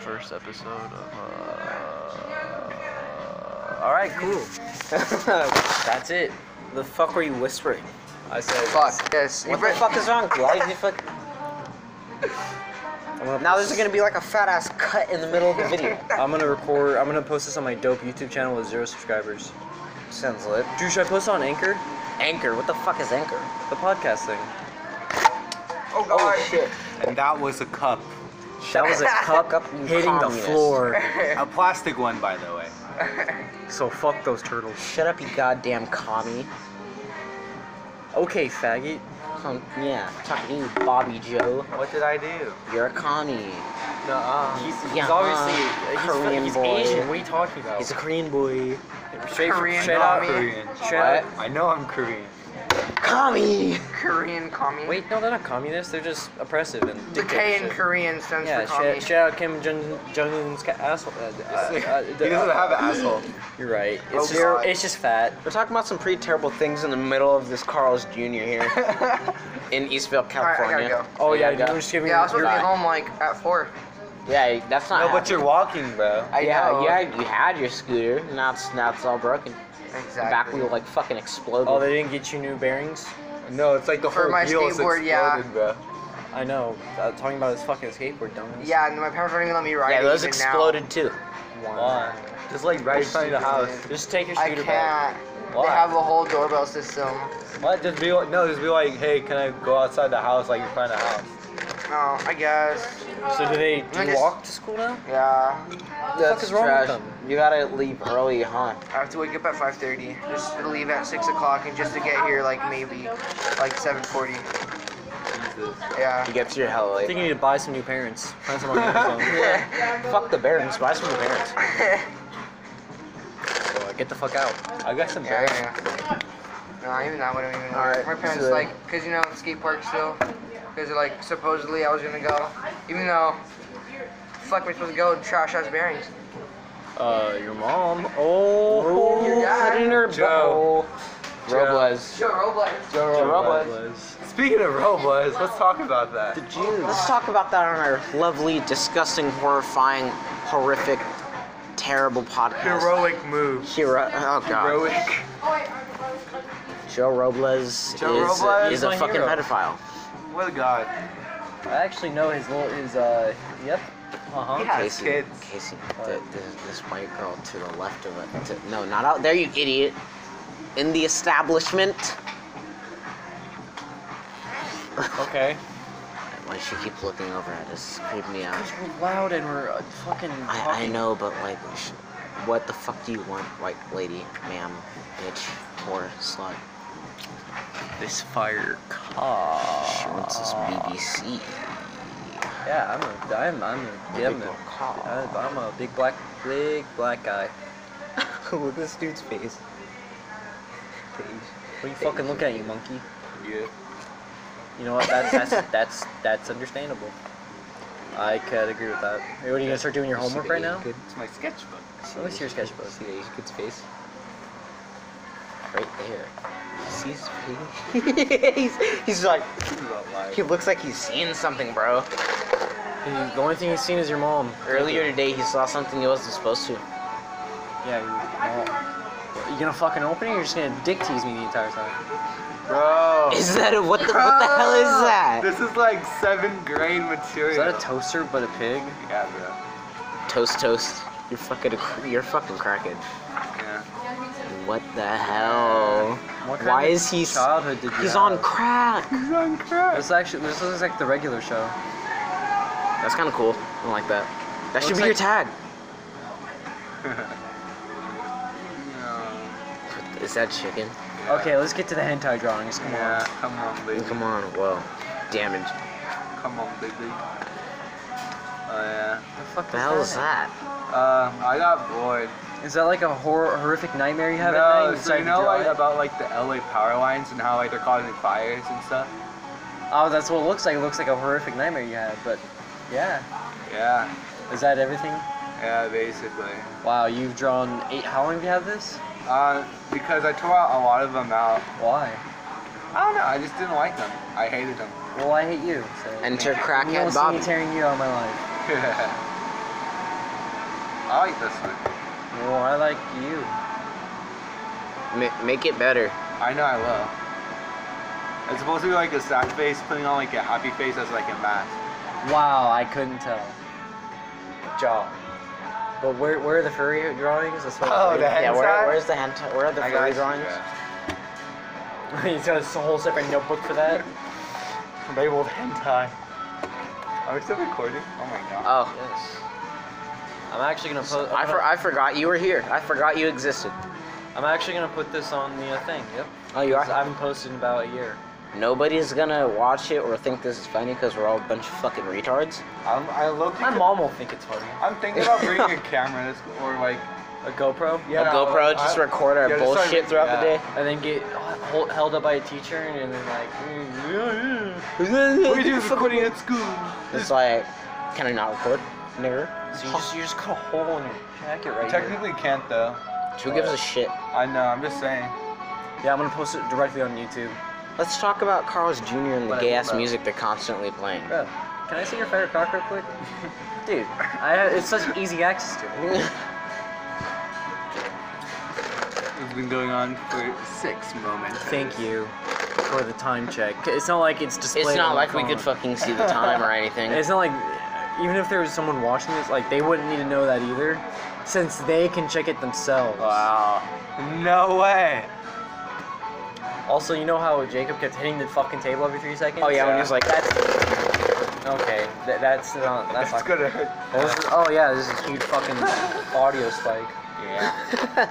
first episode of. Uh, all right, cool. That's it. The fuck were you whispering? I said. Fuck. Yes. What the fuck is wrong? Why did you fuck? I'm gonna Now post there's gonna be like a fat ass cut in the middle of the video. I'm gonna record. I'm gonna post this on my dope YouTube channel with zero subscribers. Sounds lit. Drew, should I post it on Anchor? Anchor. What the fuck is Anchor? The podcast thing. Oh god. shit. And that was a cup. That was a cup Up you hitting the communist. floor. A plastic one, by the way. So fuck those turtles. Shut up, you goddamn commie. Okay, faggot. Um, yeah, talking to you, Bobby Joe. What did I do? You're a commie. Nuh-uh. He's, he's Yeah, obviously uh, he's, Korean he's boy. Asian. What are you talking about? He's a Korean boy. straight, Korean straight out. commie. Korean. Straight out. I know I'm Korean. Commie. Korean commie. Wait, no, they're not communists. They're just oppressive and The K in dictatorship. Korean stands Yeah, for commie. shout, shout out Kim Jong Jong Un's asshole. Uh, uh, uh, he doesn't have an asshole. You're right. It's, Oh, just, God. it's just fat. We're talking about some pretty terrible things in the middle of this Carl's Jr. here in Eastvale, Alright, I California. gotta go. Oh yeah, you you gotta- were just giving. Yeah, I was supposed to Right. be home like at four. Yeah, that's not. No, but happening. you're walking, bro. I yeah, know. yeah, you had your scooter. Now it's now it's all broken. The Exactly. back wheel like fucking exploded. oh, they didn't get you new bearings. No, it's like the For whole my wheel's skateboard, exploded, yeah. bro. I know. Uh, talking about this fucking skateboard, dumbass. Yeah, and my parents aren't even let me ride. yeah, it those even exploded too. Why? Just like right in front of the house. Just take your Now. I scooter back. can't. Why? They have a whole doorbell system. What? Just be like, no, just be like, hey, can I go outside the house like in front of the house? No, I guess. So do they do I you just- walk to school now? Yeah. What the fuck is wrong with them? You gotta leave early, huh? I have to wake up at 5:30. Just to leave at 6 o'clock, and just to get here like maybe like 7:40. You Yeah. get to your hell I late. think you need to buy some new parents. Find some on Amazon. Fuck the Barons. Buy some Barons. Uh, Get the fuck out. I got some Yeah, bear. yeah, yeah. No, even that wouldn't even work. Alright, My parents, so- like, because you know, skate park still. Because, like, supposedly I was gonna go. Even though, fuck, we're supposed to go trash ass bearings. Uh, your mom. Oh. Your dad. in her Joe. butthole. Robles. Joe Roblox. Joe Robles. Speaking of Roblox, let's talk about that. Let's talk about that on our lovely, disgusting, horrifying, horrific, terrible podcast. Heroic move. Hero. Oh god. Heroic. Joe Robles Joe is, uh, Robles is is a my fucking hero. pedophile. What a god. I actually know his little his uh. Yep. Uh huh. Yeah, Casey, kids. Casey, th- this, this white girl to the left of it. To, no, not out there, you idiot. In the establishment. Okay. Why she keep looking over at us? Creep me out. Because we're loud and we're uh, fucking. I, I know, but like, sh- what the fuck do you want, white lady, ma'am, bitch, whore, slut? This fire car. She wants this BBC. Yeah, I'm a, I'm, I'm a, yeah, I'm, a, I'm I'm a big black, big black guy. look at this dude's face. What are you fucking looking at, you monkey? Yeah. You know what? That's that's that's that's understandable. I could agree with that. Hey, what are you gonna start doing your homework right now? It's my sketchbook. Let me see your sketchbook. See the Asian kid's face? Right there. He sees he's, he's like, he looks like he's seeing something, bro. The only thing he's seen is your mom. Earlier today, he saw something he wasn't supposed to. Yeah. You, you gonna fucking open it? Or you're just gonna dick tease me the entire time. Bro. Is that a, what the what the hell is that? This is like seventh grade Is material. that a toaster but a pig? Yeah, bro. Toast, toast. You're fucking, a- you're fucking cracking. Yeah. What the hell? What kind Why of is he? s- Childhood did you He's have? on crack. He's on crack. This actually this looks like the regular show. That's kind of cool. I don't like that. That should Looks be your like- tag. Is that chicken? Okay, let's get to the hentai drawings. Come Yeah, come on, baby. Come on, whoa. Damage. Come on, baby. Oh, yeah. on. The fuck The hell is that? Uh, I got bored. Is that like a horror, horrific nightmare you have at night? No, and so you decide to know draw like it? about like the LA power lines and how like they're causing fires and stuff. Oh, that's what it looks like. It looks like a horrific nightmare you had. But yeah, Yeah, is that everything? yeah, basically. Wow, you've drawn eight. How long have you had this? Uh, because I tore out a lot of them out. Why? I don't know. I just didn't like them. I hated them. Well, I hate you. So. Enter you don't crackhead see me Bobby. tearing you out of my life. I like this one. Well, I like you. Ma- make it better. I know I will. It's supposed to be like a sad face, putting on like a happy face as like a mask. Wow, I couldn't tell. Good job. But where, where are the furry drawings? That's what Oh, the yeah, hand where, sign? where's the hand? Where are the I furry guys- drawings? yeah. He's got a whole separate notebook for that. Maybe we'll hentai. Are we still recording? Oh my god. Oh, yes. I'm actually gonna put. I, for, I forgot you were here. I forgot you existed. I'm actually gonna put this on the uh, thing. Yep. Oh, you 'Cause I are. haven't posted in about a year. Nobody's gonna watch it or think this is funny because we're all a bunch of fucking retards. I'm, I love My mom will think it's funny. I'm thinking about bringing a camera to school or like. A GoPro. Yeah, a GoPro, just I- record our yeah, just start bullshit with- throughout yeah. And then get hold, held up by a teacher and then like. the We day. do recording at school. It's like, can I not record? Never. So you just you just cut a hole in your jacket right here. Technically can't though. Who gives a shit? I know. I'm just saying. Yeah, I'm gonna post it directly on YouTube. Let's talk about Carl's Jr. and the Whatever, gay ass bro. music they're constantly playing. Bro, can I see your favorite cock real quick? Dude, I have, it's such easy access to it. It's been going on for six moments. Thank you for the time check. It's not like it's displayed. it's not on like the we could phone. fucking see the time or anything. It's not like even if there was someone watching this, like they wouldn't need to know that either, since they can check it themselves. Wow. No way. Also, you know how Jacob kept hitting the fucking table every three seconds? Oh yeah, when he was like, Okay, th- that's not. That's, That's not gonna hurt. What was this- Oh yeah, this is a huge fucking audio spike. Yeah.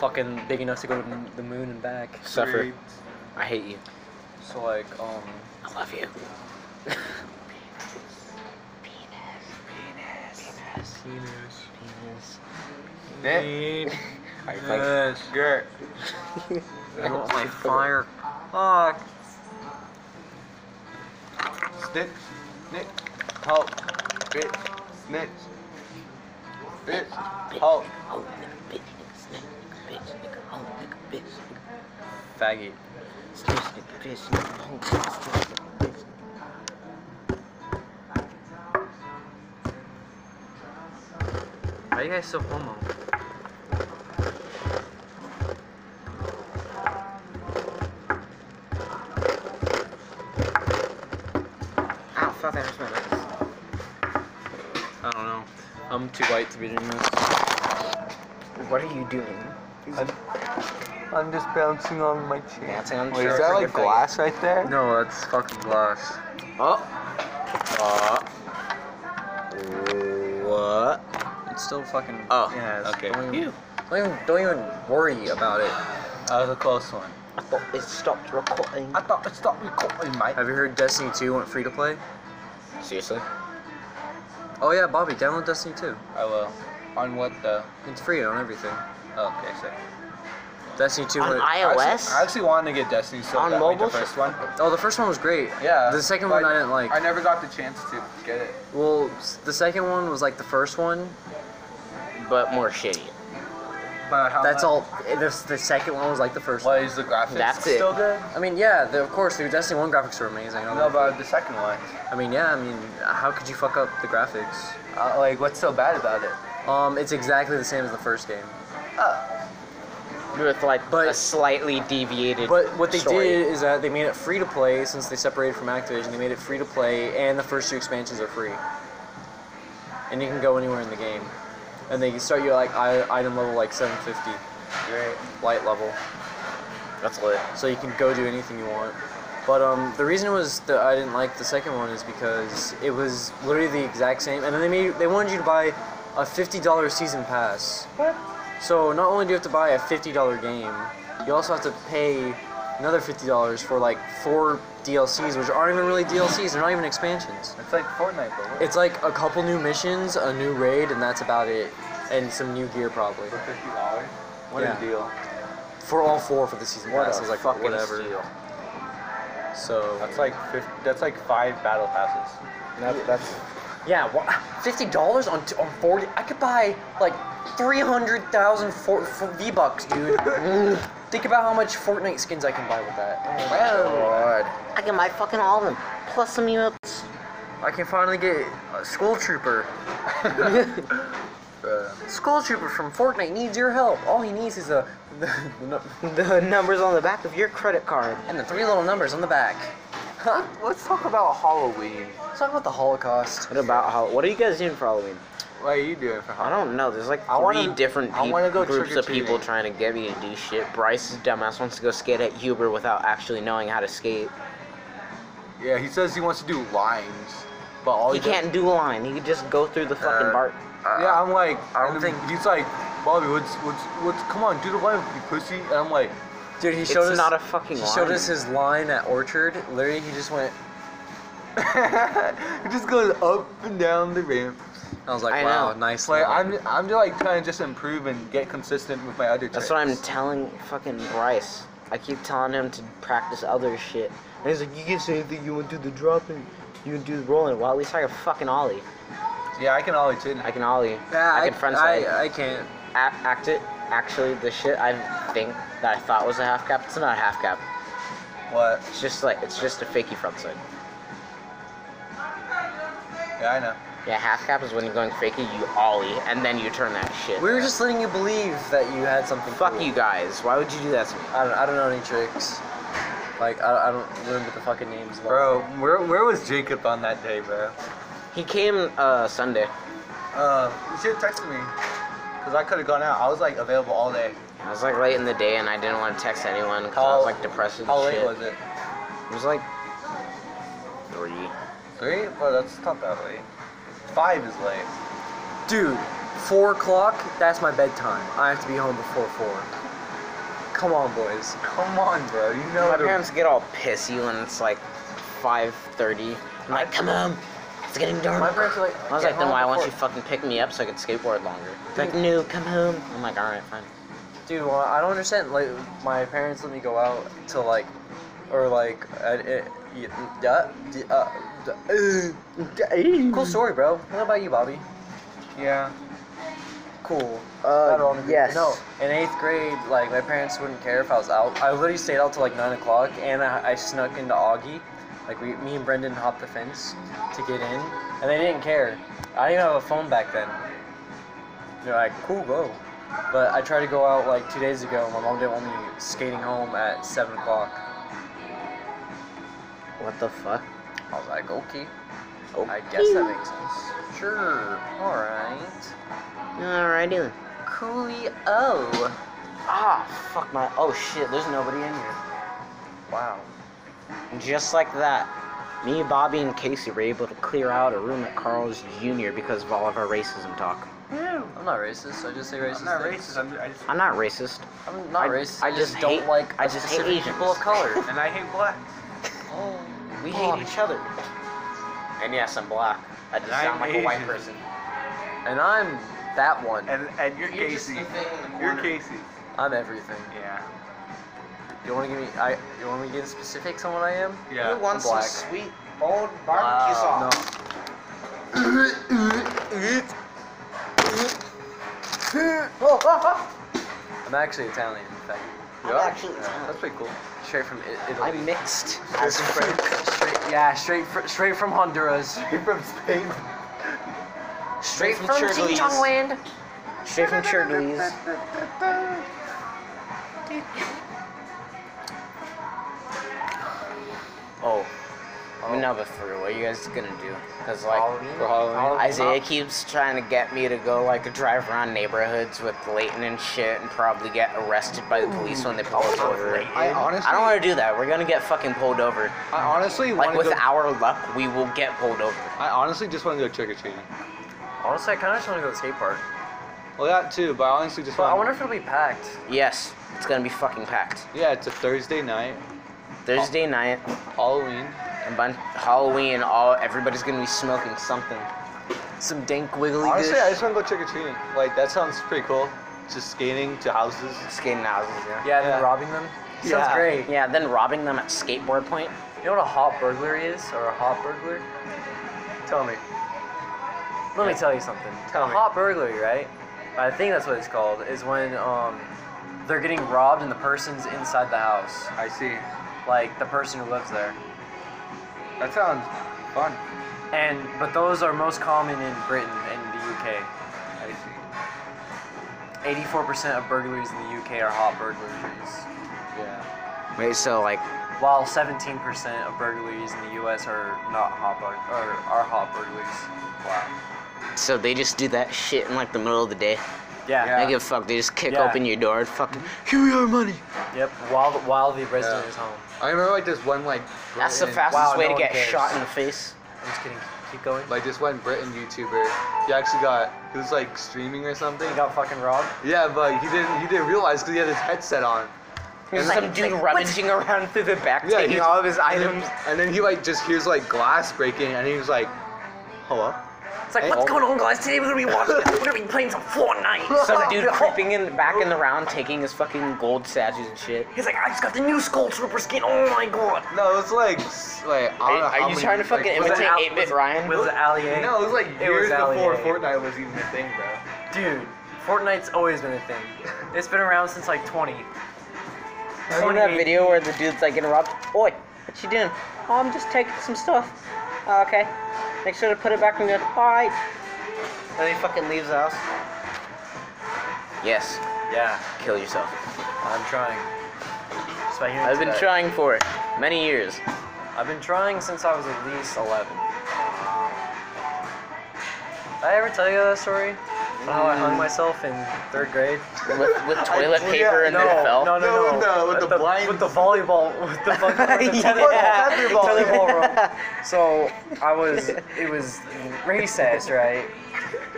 Fucking big enough to go to the moon and back. suffer. I hate you. So like, um, I love you. Are you playing- Gert. I want my fire. Fuck. Snitch. Nick. Help. Bitch. Snitch. Bitch. Help. Oh, nigga, bitch, nigga, snake, nigga, bitch, nigga, oh, nigga, bitch, nigga, Faggot. snitch, nigga, bitch, nigga, oh, nigga, snitch, nigga, bitch. Why are you guys so homo? Ow, fuck, that hurts my nose. I don't know. I'm too white to be doing this. What are you doing? I'm just bouncing on my chin. Dancing on the Wait, chair is for that your like face. glass right there? No, that's fucking glass. Oh. Uh. What? It's still fucking. Oh, Yeah. it's- okay. Don't even, don't even, don't even worry about it. That was a close one. I thought it stopped recording. I thought it stopped recording, mate. Have you heard Destiny 2 went free to play? Seriously? Oh yeah, Bobby, download Destiny 2. I will. On what the? It's free on everything. Okay, sick. Destiny 2 On went. I actually- iOS? I actually wanted to get Destiny so On bad, like mobile? the first one. oh, the first one was great. Yeah. The second but one I didn't like. I never got the chance to get it. Well, s- the second one was like the first one. But more shitty. But how That's much- all. it- The, the second one was like the first. one. What is the graphics? That's it. still good. I mean, yeah, the, of course, the Destiny 1 graphics were amazing. No, but the second one. I mean, yeah, I mean, how could you fuck up the graphics? Uh, like, what's so bad about it? Um, it's exactly the same as the first game. With like But- a slightly deviated. But what they story. did is that they made it free to play since they separated from Activision. They made it free to play, and the first two expansions are free. And you can go anywhere in the game. And they start you at, like i- item level like 750, Great. light level, That's lit. so you can go do anything you want. But um, the reason it was that I didn't like the second one is because it was literally the exact same. And then they made they wanted you to buy a fifty dollar season pass. What? So not only do you have to buy a fifty dollar game, you also have to pay another fifty dollars for like four DLCs, which aren't even really DLCs; they're not even expansions. It's like Fortnite, but what? It's like a couple new missions, a new raid, and that's about it, and some new gear probably for fifty dollars. What Yeah. a deal! for all four for the season What pass. a I was like, fucking whatever. steal. So That's like 50, that's like five battle passes. That's that's yeah, wha- fifty dollars on t- on forty. I could buy like three hundred thousand for, for V bucks, dude. Think about how much Fortnite skins I can buy with that. I get my fucking all of them. Plus some emotes. I can finally get a school trooper. Uh, Skull Trooper from Fortnite needs your help. All he needs is a the, the, nu- The numbers on the back of your credit card. and the three little numbers on the back. Huh? let's talk about Halloween. Let's talk about the Holocaust. What about how? What are you guys doing for Halloween? What are you doing for I Halloween? don't know. There's like 3 I wanna- different I peop- wanna go groups of people trick-or-treating. trying to get me to do shit. Bryce's dumbass wants to go skate at Huber without actually knowing how to skate. Yeah, he says he wants to do lines, but all He does- can't do a line. He could just go through the fucking Uh, bar. Yeah, I'm like, I don't and think- he's like, Bobby, what's what's what's? Come on, do the line, you pussy. And I'm like, Dude, he It's showed us not a fucking he line. showed us his line at Orchard. Literally, he just went. it just goes up and down the ramp. I was like, I wow, know. nice. Like line. I'm I'm just like trying to just improve and get consistent with my other. That's tricks. what I'm telling fucking Bryce. I keep telling him to practice other shit. And he's like, you can say anything. You want to do the dropping. You want to do the rolling. Well, at least I can fucking ollie. Yeah, I can always too. I can ollie. Yeah, I can front side. I, uh, I can't. A- act it. Actually, the shit I think that I thought was a half cap, it's not a half cap. What? It's just like, it's just a fakey front side. Yeah, I know. Yeah, half cap is when you're going fakey, you ollie, and then you turn that shit. We were just letting you believe that you had something. Fuck cool. you guys. Why would you do that to me? I don't, I don't know any tricks. Like I, I don't remember the fucking names. Of all Bro, where where was Jacob on that day, bro? He came uh, Sunday. Uh, you should have texted me, cause I could have gone out. I was like available all day. I was like late in the day, and I didn't want to text anyone because I How- was like depressed and How shit. late was it? It was like three. Three? Well, that's not that late. Five is late. Dude, four o'clock. That's my bedtime. I have to be home before four. Come on, boys. Come on, bro. You know My how to- parents get all pissy when it's like five thirty. I'm like, come on, it's getting dark. My parents are like, I was "Get like, then home why won't you before-" fucking pick me up so I can skateboard longer? It's Like, no, come home. I'm like, all right, fine. Dude, well, I don't understand. Like, my parents let me go out till like, or like, uh, uh, uh, uh, uh, cool story, bro. What about you, Bobby? Yeah. Cool. Uh, I don't agree. yes. No, in eighth grade, like my parents wouldn't care if I was out. I literally stayed out till like nine o'clock, and I, I snuck into Augie. Like we, me and Brendan hopped the fence to get in, and they didn't care. I didn't even have a phone back then. They're like, cool, go. But I tried to go out like two days ago, and my mom didn't want me skating home at seven o'clock. What the fuck? I was like, okay, Oh, I guess that makes sense. Sure. All right. alrighty then. Coolio. Oh. Ah, fuck my. Oh shit, there's nobody in here. Wow. Just like that, me, Bobby, and Casey were able to clear out a room at Carl's Jr. because of all of our racism talk. I'm not racist. I just say racist. I'm not things. racist. I'm, I just, I'm not racist. I'm not I- racist. I I just, just don't hate- like I a just hate specific Asians. people of color. and I hate black. We Bobby. hate each other. And yes, I'm black. I just And I'm sound like a white Asian. person. and I'm that one. And and you're, You're just Casey. the thing in the You're corner. Casey. I'm everything. Yeah. You want to give me? I. You want me to get specifics on what I am? Yeah. wants some black. sweet, bold barbecue Wow, no. I'm actually Italian. In fact. I'm actually Italian. That's pretty cool. Straight from I- Italy. I'm mixed. As straight, straight, yeah, straight, fr- straight from Honduras. You're from Spain. straight from Chirgulese. Land. Straight from Chirgulese. Oh. We know but for real, what are you guys gonna do? Because, like, Halloween? for Halloween, Halloween? Isaiah keeps trying to get me to go, like, drive around neighborhoods with Leighton and shit and probably get arrested by the police when they pull us over. I honestly, I don't want to do that. We're gonna get fucking pulled over. I honestly Like, want with to go. our luck, we will get pulled over. I honestly just want to go trick or treating. Honestly, I kind of just want to go to the skate park. Well, that too, but I honestly just But I want. wonder if it'll be packed. Yes, it's gonna be fucking packed. Yeah, it's a Thursday night, Oh. Thursday night, Halloween. a bunch Halloween. All everybody's gonna be smoking something. Some dank wiggly Honestly, dish. I just want to go trick or treating. Like that sounds pretty cool. Just skating to houses. Skating houses, yeah. Yeah, and then Yeah. robbing them. Sounds Yeah. great. Yeah, then robbing them at skateboard point. You know what a hot burglary is, or a hot burglar? Tell me. Let me tell you something. Tell a me. hot burglary, right? I think that's what it's called. Is when um, they're getting robbed and the person's inside the house, I see. like the person who lives there. That sounds fun. And but those are most common in Britain and the UK. I see. 84% of burglaries in the UK are hot burglaries, Yeah. Wait, so like, while 17% of burglaries in the US are not hot bur- or are hot burglaries. Wow. so they just do that shit in like the middle of the day. Yeah. I give a fuck. They just kick Yeah. Mm-hmm. open your door and fucking here we are, money. Yep. While while the resident Yeah. is home. I remember like this one like That's the Britain- fastest Wow, way no to one get cares. shot in the face. I'm just kidding. Keep going. like this one Britain YouTuber. He actually got he was like streaming or something. They got fucking robbed. Yeah, but he didn't he didn't realize because he had his headset on. There's some dude rummaging around through the back, Yeah, taking he's- all of his And then, items. and then he like just hears like glass breaking and he was like, hello. It's like, Hey. oh. what's going on, guys? Today we're gonna be watching. we're gonna be playing some Fortnite. Some dude creeping in back in the round, taking his fucking gold statues and shit. He's like, I just got the new Skull Trooper skin. Oh my god. No, it was like s- like I don't know how many- like, was imitate it- out- 8-Bit Ryan? Was it Alley A? No, it was like It was years before Allier. Fortnite was even a thing, bro. Dude, Fortnite's always been a thing. It's been around since like 20. Remember that 28. video where the dude's like interrupt? Oi, what you doing? Oh, I'm just taking some stuff. "Oh, okay. Make sure to put it back in your. Alright. And he fucking leaves the house. Yes, Yeah, kill yourself. I'm trying. That's why I hear I've been today. trying for it many years. I've been trying since I was at least 11. Did I ever tell you that story? About How I hung myself in third grade? With, with toilet Yeah, paper and No, then it fell. no, no, no, No, no, with the blind- with the volleyball, with the fucking with the Yeah. tether ball, tether ball rope. So I was, it was recess, right?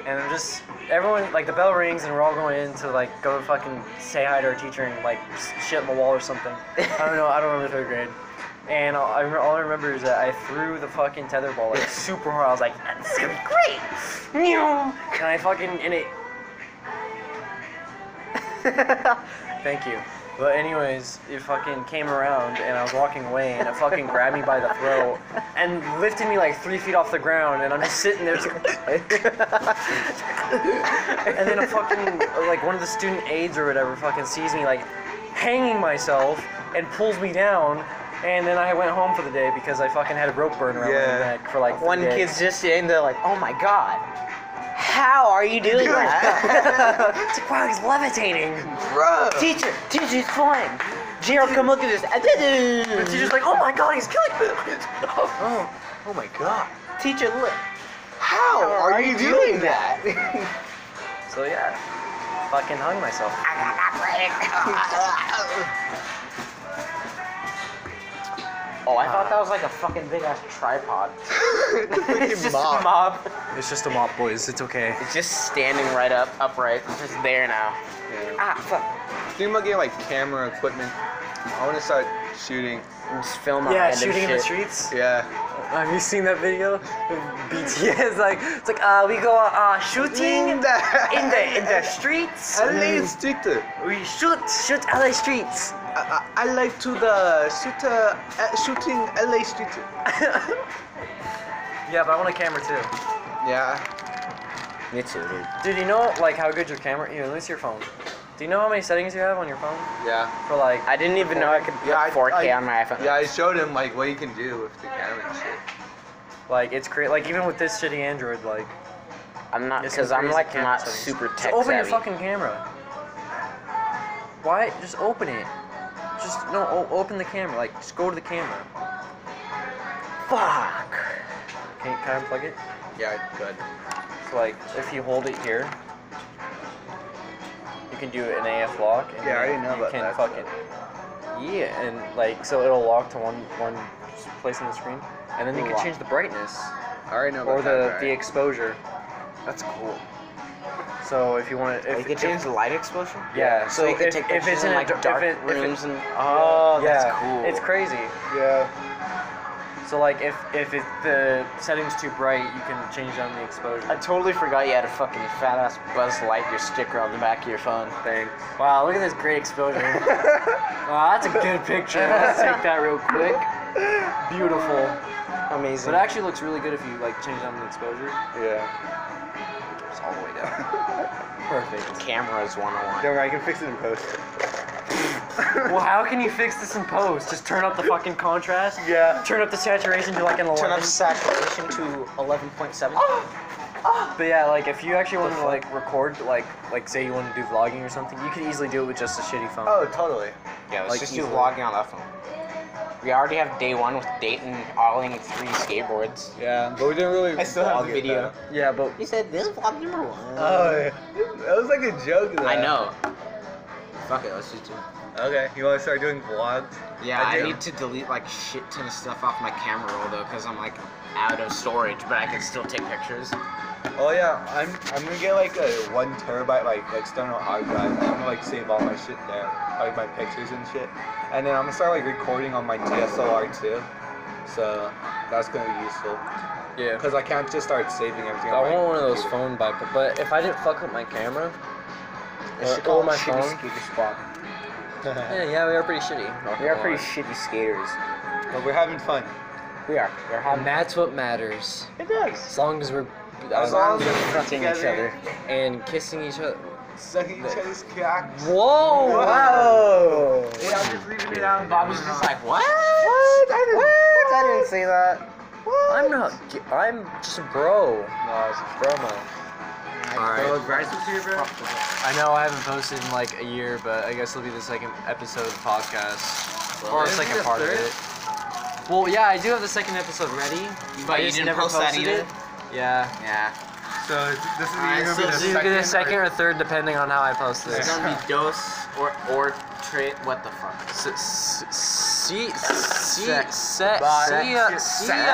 And I'm just, everyone, like the bell rings and we're all going in to like go fucking say hi to our teacher and like s- shit in the wall or something. I don't know, I don't remember third grade. And all I, re- all I remember is that I threw the fucking tether ball like super hard. I was like, this is gonna be great! Meow. And I fucking, and it Thank you. But anyways, it fucking came around and I was walking away and it fucking grabbed me by the throat and lifted me like three feet off the ground and I'm just sitting there. just- and then a fucking like one of the student aides or whatever fucking sees me like hanging myself and pulls me down and then I went home for the day because I fucking had a rope burn around Yeah. my neck for like three One days. kid's just sitting there like, oh my god, how are you doing that? It's like, wow, he's levitating. Bro. teacher, teacher's flying. Gerald, come look at this. uh, The teacher's like, oh my god, he's killing me. Oh, oh my god. Teacher, look. How are, you doing, that? So yeah, fucking hung myself. Oh, I thought that was like a fucking big ass tripod. Freaking it's just mop. a mob. It's just a mop, boys. It's okay. It's just standing right up, upright. It's just there now. Yeah. Ah, fuck. Think about getting like camera equipment. I want to start shooting. And just film on Yeah, random shooting in shit. the streets. Yeah. Have you seen that video? Of BTS like it's like uh, we go uh, shooting in the in the, streets. I like shooter. We shoot shoot LA streets. I, I, I like to the shooter uh, shooting LA shooter. Yeah, but I want a camera too. Yeah. Me too, dude. Dude, you know like how good your camera? Here, let me see your phone. Do you know how many settings you have on your phone Yeah. for like? I didn't even know I could put Yeah. I- 4K I- on my iPhone. Yeah, I showed him like what you can do with the camera and shit. Like it's crazy. Like even with this shitty Android, like I'm not, It's because the I'm crazy like camera not settings. super Just tech open your savvy. fucking camera. Why? Just open it. Just no. O- open the camera. Like just go to the camera. Fuck. Can, can I unplug it? Yeah, good. So like if you hold it here, you can do an AF lock. And Yeah, I then didn't know you about can that. Fuck it. Yeah, and like so it'll lock to one one place on the screen, and then you can Lock. change the brightness I already know. or about that, the right? the exposure. That's cool. So if you want to, if, you could if- change the light exposure? yeah, So, you could if, take if pictures it's in a like dar- if dark it- if it- rooms and. Oh, yeah, that's cool. It's crazy. Yeah. So like if if it, the setting's too bright, you can change down the exposure. I totally forgot you had a fucking fat ass Buzz Lightyear sticker on the back of your phone. Thanks. Wow, look at this great exposure. wow, that's a good picture. Let's take that real quick. Beautiful. So Amazing. it actually looks really good if you like change down the exposure. Yeah. It's all the way down. Perfect. Cameras 101. Don't worry, I can fix it in post. well, how can you fix this in post? Just turn up the fucking contrast. Yeah. Turn up the saturation to like an 11. saturation to 11.7. But yeah, like if you actually want to like record, like like say you want to do vlogging or something, you could easily do it with just a shitty phone. Oh, totally. Yeah, let's Like, just do easily. vlogging on that phone. We already have day one with Dayton oiling three skateboards. Yeah, but we didn't really. I still have vlog the it, video. Yeah, but You said this is vlog number one. though. Oh, yeah. that was like a joke. Though. I know. Fuck it, let's just do. it. Okay, you want to start doing vlogs? Yeah, I I, do. need to delete like shit ton of stuff off my camera roll though, cause I'm like out of storage, but I can still take pictures. Oh yeah, I'm I'm gonna get like a one terabyte like external hard drive. and I'm gonna like save all my shit there, like my pictures and shit. And then I'm gonna start like recording on my DSLR too. So that's gonna be useful yeah, because I can't just start saving everything. on I my want one of those computer. phone bites. But if I didn't fuck up my camera, It's or, or called my Shitty phone, Skater Squad. yeah, yeah, we are pretty shitty. not We gonna are pretty lie. shitty skaters. But we're having fun. We are. We're And having that's what matters. It does. As long as we're As long as we're confronting each together. other and kissing each other. Sucking each other's cock. Whoa! Wow. Yeah, I'm just leaving it out. Bob was just like, what? What? I didn't- I didn't say that. What? I'm not. g- I'm just a bro. No, it's Bro mode. Alright. Bro, Bryce was here, bro. I know I haven't posted in like a year, but I guess it'll be the second episode of the podcast. or the isn't second it part of third? it. Well, yeah, I do have the second episode ready. I But you just didn't never post that posted either? it. Yeah. Yeah. So this is Alright, either so gonna This be is the gonna be the second. second or third, depending on how I post It's this. gonna be dose or or trade. What the fuck? S- s- See, see, Sex. set, Bye. see ya, Sex. see ya.